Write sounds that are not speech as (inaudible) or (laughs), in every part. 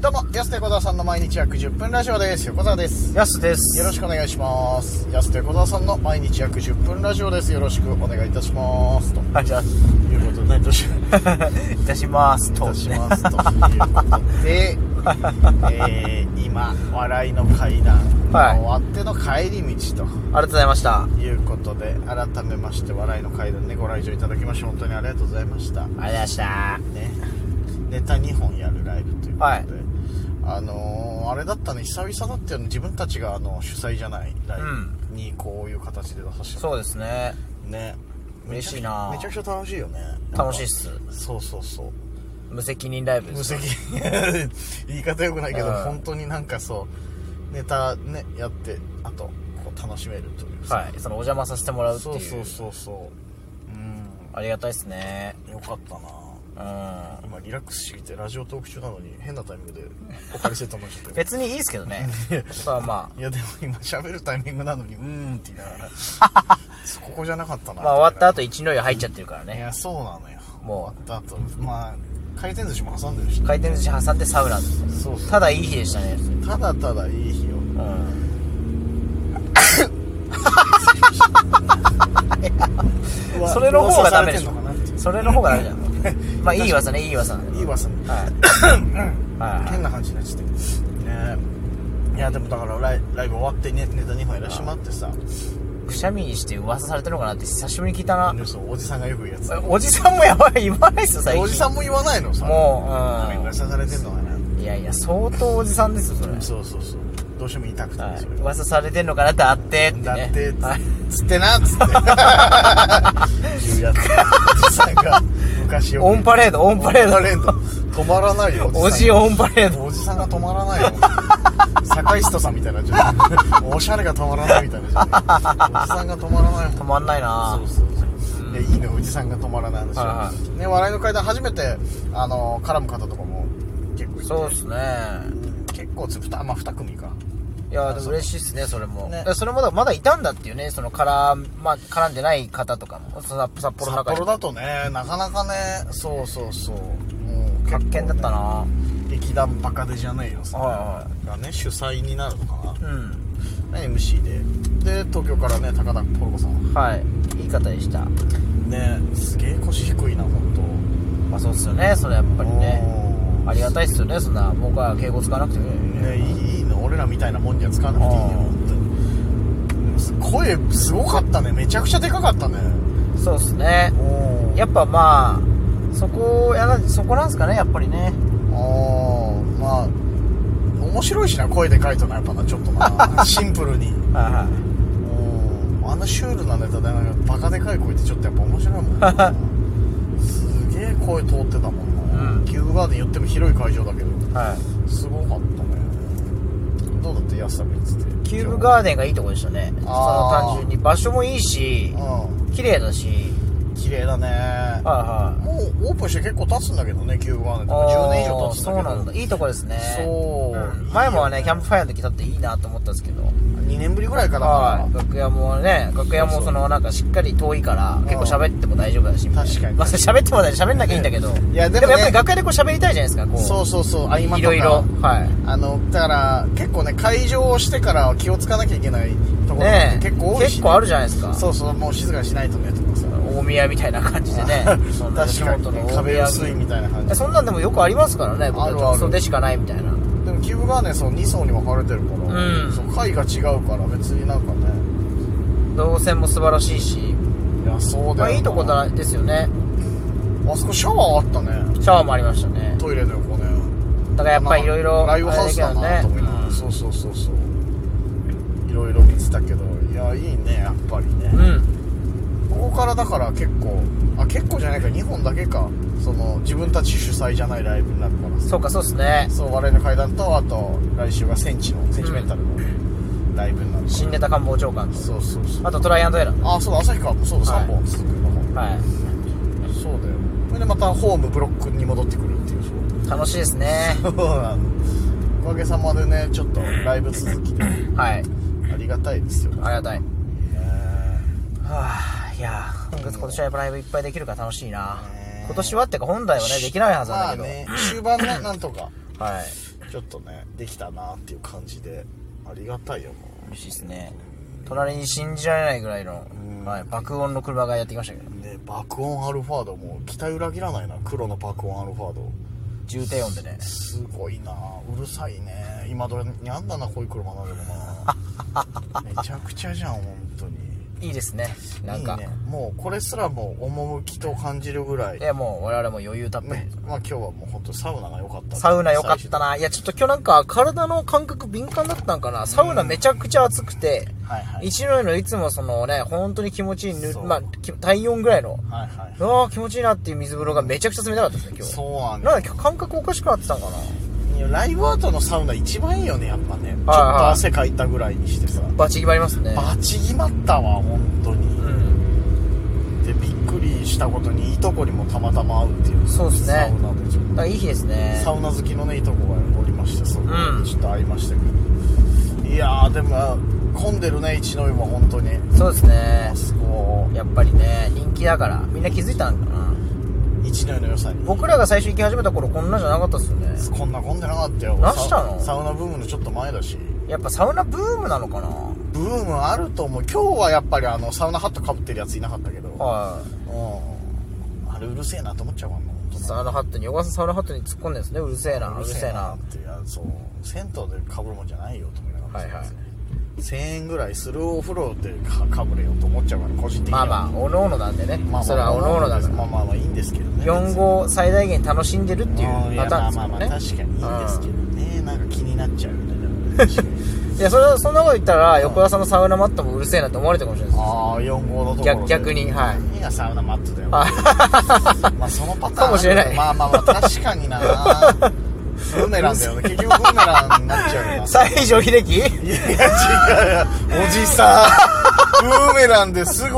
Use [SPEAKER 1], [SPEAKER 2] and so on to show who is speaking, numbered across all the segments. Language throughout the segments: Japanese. [SPEAKER 1] どうも、安手小沢さんの毎日約10分ラジオです。横澤です。
[SPEAKER 2] やすです
[SPEAKER 1] よろしくお願いします。安手小沢さんの毎日約10分ラジオです。よろしくお願いいたします。と
[SPEAKER 2] あじゃ
[SPEAKER 1] いうことで、どうしよう。
[SPEAKER 2] あいたします
[SPEAKER 1] い
[SPEAKER 2] と
[SPEAKER 1] たします。ということ (laughs) で、えー、今、笑いの階段、
[SPEAKER 2] はい
[SPEAKER 1] 終わっての帰り道と。
[SPEAKER 2] ありがとうございました
[SPEAKER 1] ということで改めまして笑いの階段でご来場いただきまして本当にありがとうございました
[SPEAKER 2] ありがとうございました
[SPEAKER 1] ねネタ2本やるライブということで、
[SPEAKER 2] はい
[SPEAKER 1] あのーあれだったね久々だったよね自分たちがあの主催じゃないライブにこういう形で出させても
[SPEAKER 2] そうですね
[SPEAKER 1] らね
[SPEAKER 2] 嬉しいな
[SPEAKER 1] めちゃくちゃめちゃくちゃ楽しいよね
[SPEAKER 2] 楽しいっす
[SPEAKER 1] そうそうそう
[SPEAKER 2] 無責任ライブで
[SPEAKER 1] 無
[SPEAKER 2] す
[SPEAKER 1] 責任 (laughs) 言い方よくないけど、
[SPEAKER 2] うん
[SPEAKER 1] 本当になんかそうネタねやってあとこう楽しめるというさ
[SPEAKER 2] はいそのお邪魔させてもらうってい
[SPEAKER 1] そううそうそうそううん
[SPEAKER 2] ありがたいですね
[SPEAKER 1] よかったな
[SPEAKER 2] うん
[SPEAKER 1] 今リラックスしすぎてラジオトーク中なのに変なタイミングでお借りしてたまっちゃったよ
[SPEAKER 2] 別にいいですけどねまあま
[SPEAKER 1] いやでも今喋るタイミングなのにうーんって言いな
[SPEAKER 2] (laughs)
[SPEAKER 1] がらそここじゃなかったな
[SPEAKER 2] あまあ終わった
[SPEAKER 1] み
[SPEAKER 2] 後一の湯入っちゃってるから
[SPEAKER 1] たいない
[SPEAKER 2] ね
[SPEAKER 1] やそうなのよ
[SPEAKER 2] も
[SPEAKER 1] 終わった後まあ回転寿司も挟んでるし
[SPEAKER 2] 回転寿司挟んでサウナ
[SPEAKER 1] そうそう
[SPEAKER 2] ただいい日でしたね
[SPEAKER 1] ただただいい日を
[SPEAKER 2] うんそれの方がダメでしょ
[SPEAKER 1] 噂されてんのかな
[SPEAKER 2] それの方があるじゃんまあいい噂ねいい噂
[SPEAKER 1] いいわさ
[SPEAKER 2] はいはい
[SPEAKER 1] 変な感じになっちゃってねいやでもだからライライブ終わってねネタ2本やらしてもらってさ
[SPEAKER 2] くしゃみにして噂されてるのかなって久しぶりに聞いたな
[SPEAKER 1] でそうおじさんがよく言うやつ
[SPEAKER 2] おじさんもやばい言わないっすよ最近
[SPEAKER 1] おじさんも言わないのさ
[SPEAKER 2] も
[SPEAKER 1] みんな
[SPEAKER 2] う、
[SPEAKER 1] 刺されてんのかな
[SPEAKER 2] うん、いやいや相当おじさんですよそれ、
[SPEAKER 1] そうそうそうどうしても言いたくて
[SPEAKER 2] はい、
[SPEAKER 1] それ
[SPEAKER 2] 噂されてんのかなってあってってね
[SPEAKER 1] だって
[SPEAKER 2] はい、
[SPEAKER 1] つってなっつって (laughs) 言うやつおじさんが昔よく
[SPEAKER 2] オンパレードオンパレー
[SPEAKER 1] オン
[SPEAKER 2] ド
[SPEAKER 1] パレード止まらないよ
[SPEAKER 2] おじ
[SPEAKER 1] お
[SPEAKER 2] オンパレー
[SPEAKER 1] さん
[SPEAKER 2] ド
[SPEAKER 1] おじさんが止まらないよ坂井人さんみたいなじゃ
[SPEAKER 2] (laughs)
[SPEAKER 1] んおしゃれが止まらないみたいなじゃんおじさんが止まらない
[SPEAKER 2] 止まんないな
[SPEAKER 1] そうそうそうでいいのおじさんが止まらない話、
[SPEAKER 2] はいは
[SPEAKER 1] ね笑いの階段初めてあの絡む方とかも結構いて
[SPEAKER 2] そうっすね
[SPEAKER 1] 結構つぶたまあ2組か
[SPEAKER 2] いやでも嬉しいっすねそれも、
[SPEAKER 1] ね
[SPEAKER 2] だからそれもだまだいたんだっていうねそのから、まあ、絡んでない方とかもさ札幌の
[SPEAKER 1] 札
[SPEAKER 2] 中で
[SPEAKER 1] 幌だとねなかなかねそうそうそうもう
[SPEAKER 2] 発見だっ
[SPEAKER 1] な
[SPEAKER 2] たな、
[SPEAKER 1] 劇団バカでじゃねえよさ、
[SPEAKER 2] は
[SPEAKER 1] がね主催になるのか
[SPEAKER 2] うん
[SPEAKER 1] な、ね MC でで東京からね高田ポルコさん
[SPEAKER 2] はいいい方でした
[SPEAKER 1] ねすげえ腰低いな本
[SPEAKER 2] まあそうっすよねそれやっ
[SPEAKER 1] 当
[SPEAKER 2] ぱりね
[SPEAKER 1] おー
[SPEAKER 2] ありがたいっすよねそんな僕は敬語使わなくても
[SPEAKER 1] ねいいの俺らみたいなもんには使わなくていいよ
[SPEAKER 2] あー
[SPEAKER 1] 本当に声すごかったねめちゃくちゃでかかったね
[SPEAKER 2] そうっすね
[SPEAKER 1] お
[SPEAKER 2] やっぱまあそこやなそこなんすかねやっぱりね
[SPEAKER 1] ああまあ面白いしな声で書いたのやっぱなちょっと
[SPEAKER 2] (laughs)
[SPEAKER 1] なシンプルに
[SPEAKER 2] はいは
[SPEAKER 1] うんあのシュールなネタでなんかバカでかい声ってちょっとやっぱ面白いもんな
[SPEAKER 2] (laughs)
[SPEAKER 1] すげえ声通ってたもんな、
[SPEAKER 2] うん
[SPEAKER 1] キューブガーデン寄っても広い会場だけど
[SPEAKER 2] い、は
[SPEAKER 1] すごかったねどうだって安田君っつって
[SPEAKER 2] い、キューブ
[SPEAKER 1] ー
[SPEAKER 2] ガーデンがいいとこでしたねその
[SPEAKER 1] あー
[SPEAKER 2] 単純に場所もいいし
[SPEAKER 1] うん
[SPEAKER 2] 綺麗だし
[SPEAKER 1] 綺麗だね
[SPEAKER 2] は
[SPEAKER 1] もうオープンして結構経つんだけどねキューブガーデン
[SPEAKER 2] い
[SPEAKER 1] って
[SPEAKER 2] はい
[SPEAKER 1] 10年以
[SPEAKER 2] あ
[SPEAKER 1] 上
[SPEAKER 2] ー
[SPEAKER 1] 経つんだ
[SPEAKER 2] そ
[SPEAKER 1] け
[SPEAKER 2] う
[SPEAKER 1] ど
[SPEAKER 2] なんだいいとこですね
[SPEAKER 1] そう
[SPEAKER 2] うん前もはね
[SPEAKER 1] いいよね
[SPEAKER 2] キャンプファイヤーの時だっていいなと思ったんですけど
[SPEAKER 1] 2年ぶりぐらいかな、
[SPEAKER 2] はい楽屋もね楽屋
[SPEAKER 1] そう
[SPEAKER 2] も
[SPEAKER 1] そう
[SPEAKER 2] そのなんかしっかり遠いから結構喋っても大丈夫だしみたいな
[SPEAKER 1] 確かに
[SPEAKER 2] まあそれ喋っても大丈夫喋んなきゃいいんだけど
[SPEAKER 1] いやでもね
[SPEAKER 2] やっぱり楽屋でこう喋りたいじゃないですかこう
[SPEAKER 1] そうそうそう合間とか
[SPEAKER 2] いろいろはい
[SPEAKER 1] あのだから結構ね会場をしてから気をつかなきゃいけないところが
[SPEAKER 2] ねえ
[SPEAKER 1] 結構多いし、
[SPEAKER 2] 結構あるじゃないですか
[SPEAKER 1] そうそうもう静かにしないとねとかさ
[SPEAKER 2] 大宮みたいな感じで
[SPEAKER 1] (laughs)
[SPEAKER 2] ねそんな
[SPEAKER 1] 確かに、
[SPEAKER 2] 吉本
[SPEAKER 1] ね、
[SPEAKER 2] の大
[SPEAKER 1] 壁
[SPEAKER 2] 宮
[SPEAKER 1] 薄いみたいな感じ
[SPEAKER 2] そんなんでもよくありますからね僕
[SPEAKER 1] あ
[SPEAKER 2] たち
[SPEAKER 1] るある
[SPEAKER 2] そうでしかないみたいな
[SPEAKER 1] でもキューブガーデンその2層に分かれてるから、
[SPEAKER 2] うん
[SPEAKER 1] そう階が違うから別になんかね
[SPEAKER 2] 動線も素晴らしいし、
[SPEAKER 1] いやそうだよな
[SPEAKER 2] まあ、いいとこだですよね
[SPEAKER 1] あそこシャワーあったね
[SPEAKER 2] シャワーもありましたね
[SPEAKER 1] トイレの横ね
[SPEAKER 2] だからやっぱりいろいろ
[SPEAKER 1] ライブハウスだなと思いながら、そうそうそうそういろいろ見てたけどいやいいねやっぱりね、
[SPEAKER 2] うん、うん、
[SPEAKER 1] ここからだから結構あ結構じゃないか2本だけかその自分たち主催じゃないライブになるからさ
[SPEAKER 2] そうかそうっすね
[SPEAKER 1] そう我々の階段とあと来週がセンチのセンチメンタルのライブになるから
[SPEAKER 2] 新ネタ官房長官と
[SPEAKER 1] そうそうそう
[SPEAKER 2] あとトライアンドエラー
[SPEAKER 1] あそうだ旭川もそうだ
[SPEAKER 2] はい
[SPEAKER 1] 3本続くのも、
[SPEAKER 2] はい
[SPEAKER 1] そうだよこれでまたホームブロックに戻ってくるっていうそ
[SPEAKER 2] 楽しいですね
[SPEAKER 1] うそうなのおかげさまでねちょっとライブ続きで
[SPEAKER 2] はい
[SPEAKER 1] ありがたいですよね
[SPEAKER 2] ありがたいはあいや今月今年はやっぱライブいっぱいできるから楽しいな
[SPEAKER 1] ね
[SPEAKER 2] 今年はってか本来はねできないはずなんだけど、
[SPEAKER 1] まあね終盤ねなんとか
[SPEAKER 2] はい
[SPEAKER 1] ちょっとねできたなっていう感じでありがたいよも
[SPEAKER 2] 嬉しいですね隣に信じられないぐらいの、
[SPEAKER 1] うん
[SPEAKER 2] はい、爆音の車がやってきましたけど
[SPEAKER 1] うで爆音アルファードも期待裏切らないな黒の爆音アルファード
[SPEAKER 2] 重低音でね
[SPEAKER 1] すごいなうるさいね今どれにあんだなこういう車なでも
[SPEAKER 2] (laughs)
[SPEAKER 1] なめちゃくちゃじゃん本当に
[SPEAKER 2] いいですねなんか
[SPEAKER 1] いいねもうこれすらもう趣と感じるぐらい
[SPEAKER 2] いやもう我々も余裕たっぷり
[SPEAKER 1] ねまあ今日はもう本当サウナが良かった
[SPEAKER 2] サウナ良かったないやちょっと今日なんか体の感覚敏感だったんかなサウナめちゃくちゃ暑くて
[SPEAKER 1] はいはい
[SPEAKER 2] 一の湯のいつもそのね本当に気持ちいいぬ
[SPEAKER 1] そう
[SPEAKER 2] まあき体温ぐらいの
[SPEAKER 1] はいは
[SPEAKER 2] うわー気持ちいいなっていう水風呂がめちゃくちゃ冷たかったですね
[SPEAKER 1] い
[SPEAKER 2] 今日
[SPEAKER 1] そうなんだ
[SPEAKER 2] なんか感覚おかしくなってたんかな
[SPEAKER 1] よいやライブアートのサウナ一番いいよねやっぱねちょっ
[SPEAKER 2] はい
[SPEAKER 1] と汗かいたぐらいにしてさ
[SPEAKER 2] バチ決まりますね
[SPEAKER 1] バチ決まったわ本当に
[SPEAKER 2] うん
[SPEAKER 1] でびっくりしたことにいいとこにもたまたま会うっていう
[SPEAKER 2] そうっすね
[SPEAKER 1] サウナでちょっと
[SPEAKER 2] だからいい日ですね
[SPEAKER 1] サウナ好きのねいとこがおりましてそこ
[SPEAKER 2] うん
[SPEAKER 1] でちょっと会いましたけど、いやーでも混んでるね一の湯も本当に
[SPEAKER 2] そうですね
[SPEAKER 1] あそこ
[SPEAKER 2] やっぱりね人気だからみんな気づいたんかな
[SPEAKER 1] 一の湯の良さに
[SPEAKER 2] 僕らが最初行き始めた頃こんなじゃなかったっすよね
[SPEAKER 1] こんな混んでなかったよ
[SPEAKER 2] なしたの
[SPEAKER 1] ササウナブームのちょっと前だし
[SPEAKER 2] やっぱサウナブームなのかな
[SPEAKER 1] ブームあると思う今日はやっぱりあのサウナハットかぶってるやついなかったけど、
[SPEAKER 2] は
[SPEAKER 1] うんあれうるせえなと思っちゃうもん本当
[SPEAKER 2] い
[SPEAKER 1] に
[SPEAKER 2] サウナハットに横川さんサウナハットに突っ込んでるんですねうるせえな
[SPEAKER 1] う
[SPEAKER 2] うる
[SPEAKER 1] る
[SPEAKER 2] せ
[SPEAKER 1] せ
[SPEAKER 2] え
[SPEAKER 1] え
[SPEAKER 2] な
[SPEAKER 1] なっていやそう銭湯でかぶるもんじゃないよと思いながら
[SPEAKER 2] はいはい
[SPEAKER 1] 1000円ぐらいするお風呂でかかぶれよと思っちゃうから個人的に
[SPEAKER 2] ま
[SPEAKER 1] は
[SPEAKER 2] あまあおのおのなんでね、それはおのおのだか
[SPEAKER 1] まあ
[SPEAKER 2] ら、
[SPEAKER 1] まあまあいいんですけどね
[SPEAKER 2] 4号最大限楽しんでるっていう
[SPEAKER 1] うん
[SPEAKER 2] パ
[SPEAKER 1] や
[SPEAKER 2] ター
[SPEAKER 1] ま
[SPEAKER 2] ン
[SPEAKER 1] あ
[SPEAKER 2] です
[SPEAKER 1] まあ
[SPEAKER 2] か
[SPEAKER 1] まあ
[SPEAKER 2] らね
[SPEAKER 1] 確かにいいんですけどねなんか気になっちゃうよねでもね確かに
[SPEAKER 2] いやそれはそんなこと言ったら横田さんのサウナマットもうるせえなって思われてるかもしれないです
[SPEAKER 1] ああ4号のところ
[SPEAKER 2] 逆逆にはい
[SPEAKER 1] 何がサウナマットだよ
[SPEAKER 2] あ
[SPEAKER 1] まあそのパターン
[SPEAKER 2] かもしれない
[SPEAKER 1] まあまあまあ確かになブーメランだよね結局ブーメランになっちゃうよな
[SPEAKER 2] 西城秀樹
[SPEAKER 1] いや違うおじさんブーメランですぐ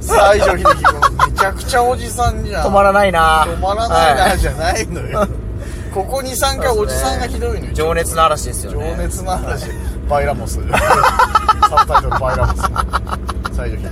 [SPEAKER 1] 西城秀樹君めちゃくちゃおじさんじゃん
[SPEAKER 2] 止まらないな
[SPEAKER 1] 止まらない
[SPEAKER 2] は
[SPEAKER 1] なじゃないのよ、ここ23回おじさんがひどいのよ
[SPEAKER 2] 情熱の嵐ですよ
[SPEAKER 1] 情
[SPEAKER 2] ね
[SPEAKER 1] 熱の話バイラモ
[SPEAKER 2] (laughs)
[SPEAKER 1] スサブタイトルバイラモス西城秀樹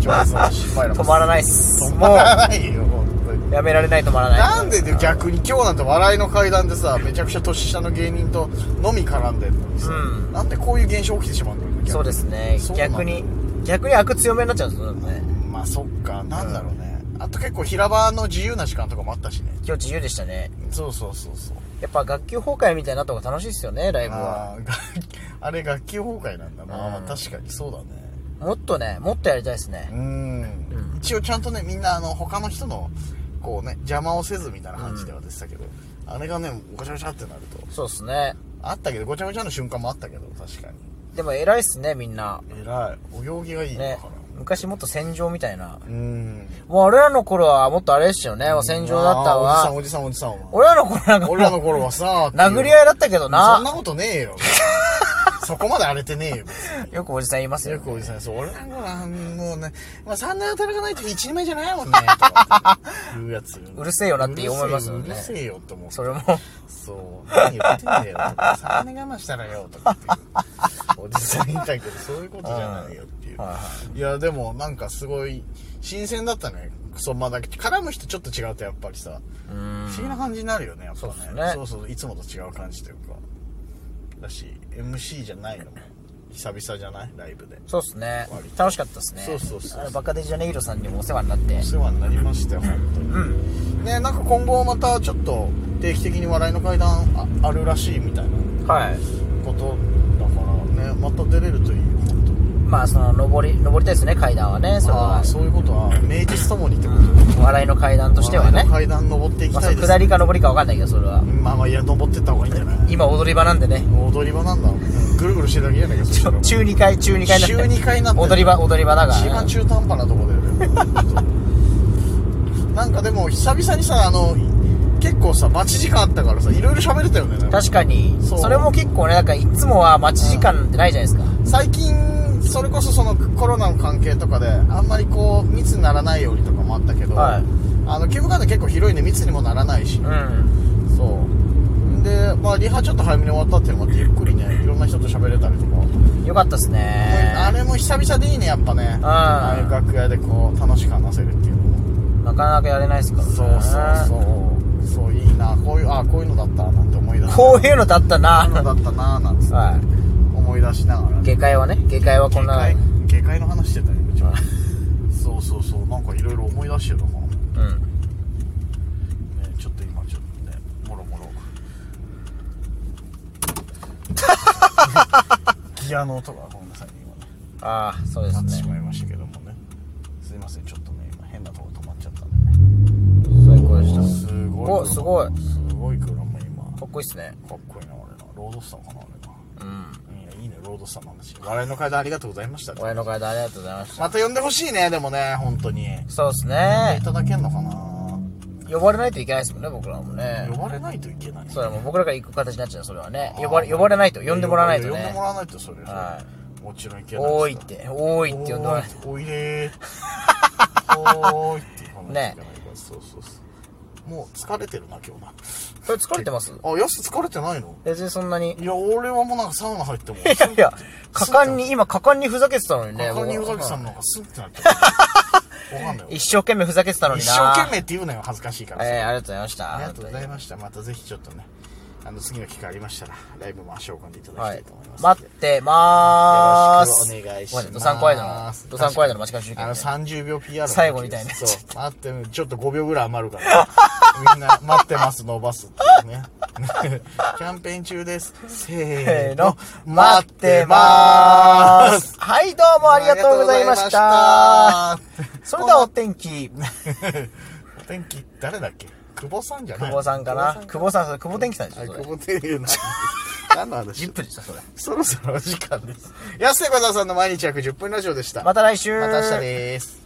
[SPEAKER 1] 情熱の話バイラモス
[SPEAKER 2] 止まらないっす
[SPEAKER 1] 止
[SPEAKER 2] も
[SPEAKER 1] まらないよ本当に
[SPEAKER 2] うやめられない止まらない
[SPEAKER 1] なんでで逆に今日なんて笑いの階段でさめちゃくちゃ年下の芸人とのみ絡んでんのにさ、
[SPEAKER 2] うん
[SPEAKER 1] なんでこういう現象起きてしまうんだろうね逆に
[SPEAKER 2] そうですね
[SPEAKER 1] そうなの
[SPEAKER 2] 逆に逆に悪強めになっちゃうんですよね
[SPEAKER 1] まあそっかなんだろうね、あと結構平場の自由な時間とかもあったしね
[SPEAKER 2] 今日自由でしたね
[SPEAKER 1] そうそうそうそう
[SPEAKER 2] やっぱ学級崩壊みたいになった方が楽しいですよねライブは
[SPEAKER 1] あーが (laughs) あれ楽器崩壊なんだまあまあ
[SPEAKER 2] うん
[SPEAKER 1] 確かにそうだね
[SPEAKER 2] もっとねもっとやりたいですね
[SPEAKER 1] うん一応ちゃんとねみんなあの他の人のこうね邪魔をせずみたいな感じでは出てたけど、あれがねごちゃごちゃってなると
[SPEAKER 2] そうっすね
[SPEAKER 1] あったけどごちゃごちゃの瞬間もあったけど確かに
[SPEAKER 2] でも偉いっすねみんな
[SPEAKER 1] 偉いお行儀がいいの
[SPEAKER 2] ね
[SPEAKER 1] かな、
[SPEAKER 2] 昔もっと戦場みたいな
[SPEAKER 1] うん
[SPEAKER 2] もう俺らの頃はもっとあれでしたよねもう戦場だった
[SPEAKER 1] あー
[SPEAKER 2] わ
[SPEAKER 1] おじさんおじさんおじさんお前
[SPEAKER 2] 俺らの頃なんかもう
[SPEAKER 1] 俺らの頃はさ
[SPEAKER 2] 殴り合いだったけど
[SPEAKER 1] そん
[SPEAKER 2] な
[SPEAKER 1] なことねえよ (laughs) そこまで荒れてねえよ別に
[SPEAKER 2] よくおじさん言いますよ
[SPEAKER 1] よくおじさんそう俺らの頃はもうね、まあ、3年働かないと一人前じゃないもんねとか言うやつ
[SPEAKER 2] (laughs) うるせえよなって思いますよね
[SPEAKER 1] うるせえよって思う
[SPEAKER 2] それも
[SPEAKER 1] そう何言ってんだよとか3年我慢したらよとかっていうおじさん言いたいけどそういうことじゃないよっていう、
[SPEAKER 2] はいはい
[SPEAKER 1] やでもなんかすごい新鮮だったねそうまあだ絡む人ちょっと違うとやっぱりさ
[SPEAKER 2] うーん
[SPEAKER 1] 不思議な感じになるよねやっぱね
[SPEAKER 2] そうっすね
[SPEAKER 1] そうそういつもと違う感じというかだし MC じゃないのも久々じゃないライブで
[SPEAKER 2] そうっすね
[SPEAKER 1] 割と
[SPEAKER 2] 楽しかったですね
[SPEAKER 1] そうそうそう
[SPEAKER 2] あのバカデジャネイロさんにもお世話になって
[SPEAKER 1] お世話になりましたよ本当に
[SPEAKER 2] うん
[SPEAKER 1] ねなんか今後またちょっと定期的に笑いの階段ああるらしいみたいな
[SPEAKER 2] はい
[SPEAKER 1] ことだからねまた出れるといいよ本当に
[SPEAKER 2] まあその登り登りたいですね階段はねそれ
[SPEAKER 1] あ
[SPEAKER 2] は
[SPEAKER 1] あそういうことは名実ともにってこと
[SPEAKER 2] うん笑いの階段としては
[SPEAKER 1] 笑い
[SPEAKER 2] ね
[SPEAKER 1] の階段登っていき
[SPEAKER 2] まあ
[SPEAKER 1] た
[SPEAKER 2] そ
[SPEAKER 1] い
[SPEAKER 2] の
[SPEAKER 1] です
[SPEAKER 2] 下りか上りか分かんないけどそれは
[SPEAKER 1] まあまあいや登ってった方がいいんじゃ
[SPEAKER 2] (laughs)
[SPEAKER 1] ない
[SPEAKER 2] 今踊り場なんでね
[SPEAKER 1] 踊り場なんだぐるぐるしてるだけじゃないかそしたら
[SPEAKER 2] 中2階中2階
[SPEAKER 1] 中二階になってる
[SPEAKER 2] 踊り場踊り場だから
[SPEAKER 1] 一番中途半端なとこだよね
[SPEAKER 2] (laughs)
[SPEAKER 1] なんかでも久々にさあの結構さ待ち時間あったからさいろいろ喋れたよねなんか
[SPEAKER 2] 確かに
[SPEAKER 1] そ
[SPEAKER 2] そうれも結構ねだからいつもは待ち時間なんてないじゃないですか、
[SPEAKER 1] 最近それこそそのコロナの関係とかであんまりこう密にならないようにとかもあったけど、
[SPEAKER 2] はい
[SPEAKER 1] あのキューブガーデン結構広いんで密にもならないし、
[SPEAKER 2] うん
[SPEAKER 1] そうでまあリハちょっと早めに終わったっていうのもあってゆっくりねいろんな人と喋れたりとか、
[SPEAKER 2] よかったです
[SPEAKER 1] あ
[SPEAKER 2] ね
[SPEAKER 1] れも久々でいいねやっぱね
[SPEAKER 2] ん
[SPEAKER 1] ああいう楽屋でこう楽しく話せるっていうのも
[SPEAKER 2] なかなかやれないですからね
[SPEAKER 1] そうそうそうそういいなこういうあこういうのだったなんて思い出す
[SPEAKER 2] こういうのだった
[SPEAKER 1] あの
[SPEAKER 2] な
[SPEAKER 1] だったなーなんつって
[SPEAKER 2] は
[SPEAKER 1] 思い出しながらね
[SPEAKER 2] い下界はね下界はこんな
[SPEAKER 1] 下界下界の話してたようち
[SPEAKER 2] (laughs)
[SPEAKER 1] はそうそうそうなんかいろいろ思い出してたもんね
[SPEAKER 2] うん
[SPEAKER 1] ちょっと今ちょっとねもろも
[SPEAKER 2] (laughs)
[SPEAKER 1] ろギアの音がごめんなさいね今ね
[SPEAKER 2] ああそうで
[SPEAKER 1] なっ
[SPEAKER 2] す
[SPEAKER 1] て
[SPEAKER 2] ね
[SPEAKER 1] しまいましたけどもねすいませんちょっとね今変なとこ止まっちゃったんでね
[SPEAKER 2] 最高でした
[SPEAKER 1] すご
[SPEAKER 2] お
[SPEAKER 1] い
[SPEAKER 2] すごい
[SPEAKER 1] すごい車も今
[SPEAKER 2] かっこいいっすね
[SPEAKER 1] かっこいいな俺なロードスターかな俺
[SPEAKER 2] うん
[SPEAKER 1] ないやいいねロードスターの話笑いの会談ありがとうございました
[SPEAKER 2] 親の会でありがとうございました
[SPEAKER 1] また呼んでほしいねでもね本当に
[SPEAKER 2] そうです
[SPEAKER 1] い
[SPEAKER 2] ね
[SPEAKER 1] ただけんのかな
[SPEAKER 2] 呼ばれないといけないですもんね僕らもね
[SPEAKER 1] 呼ばれないといけない
[SPEAKER 2] そうだもう僕らから行く形になっちゃうそれはね呼ばれ呼ばれないと呼んでもらわないと
[SPEAKER 1] 呼んで
[SPEAKER 2] ね
[SPEAKER 1] もらわないとそれ
[SPEAKER 2] は
[SPEAKER 1] もちろんいけない
[SPEAKER 2] 多いって多いって呼んでもらわない
[SPEAKER 1] おいでーおいって言わないといけないからそうそうそうもう疲れてるな今日な
[SPEAKER 2] それ疲れてます
[SPEAKER 1] あヤス疲れてないの
[SPEAKER 2] 別にそんなにい
[SPEAKER 1] いや俺はもうなんかサウナ入ってもい
[SPEAKER 2] やいや果敢に今果敢にふざけてたのにね
[SPEAKER 1] 他に
[SPEAKER 2] 僕
[SPEAKER 1] 宇垣さんの方がすって (laughs) なっちゃうわかんないよ
[SPEAKER 2] 一生懸命ふざけてたのに
[SPEAKER 1] 一
[SPEAKER 2] な
[SPEAKER 1] 生懸命って言うのよ恥ずかしいからさ
[SPEAKER 2] えー、ありがとうございまし
[SPEAKER 1] あ
[SPEAKER 2] た
[SPEAKER 1] りがとうございましたまたぜひちょっとねあの次の機会ありましたらライブも足を運んでいただき
[SPEAKER 2] は
[SPEAKER 1] たい
[SPEAKER 2] い
[SPEAKER 1] と思います、
[SPEAKER 2] 待ってまーす
[SPEAKER 1] よろしくお願いし
[SPEAKER 2] ご
[SPEAKER 1] ま
[SPEAKER 2] め
[SPEAKER 1] す
[SPEAKER 2] んなさいドサンコワイドのドサンコワイドの待ちかけ中継
[SPEAKER 1] あの30秒 PR の
[SPEAKER 2] 最後みたいな
[SPEAKER 1] そう待ってちょっと5秒ぐらい余るからみんな待ってます伸ばすっていうね (laughs) キャンペーン中ですせ
[SPEAKER 2] せ
[SPEAKER 1] ー
[SPEAKER 2] ー
[SPEAKER 1] の
[SPEAKER 2] の待ってまーすはいどうもありがとうございました
[SPEAKER 1] ありがとうございました
[SPEAKER 2] それではお天気
[SPEAKER 1] お (laughs) 天気誰だっけ久保さんじゃない
[SPEAKER 2] 久保さんかな久保さんそれ久保天気さんでし
[SPEAKER 1] はい
[SPEAKER 2] ょそれ
[SPEAKER 1] 久保天気な何の話
[SPEAKER 2] ジップでしたそれ
[SPEAKER 1] そろそろお時間です安瀬小沢さんの毎日約10分ラジオでした
[SPEAKER 2] また来週
[SPEAKER 1] また明日です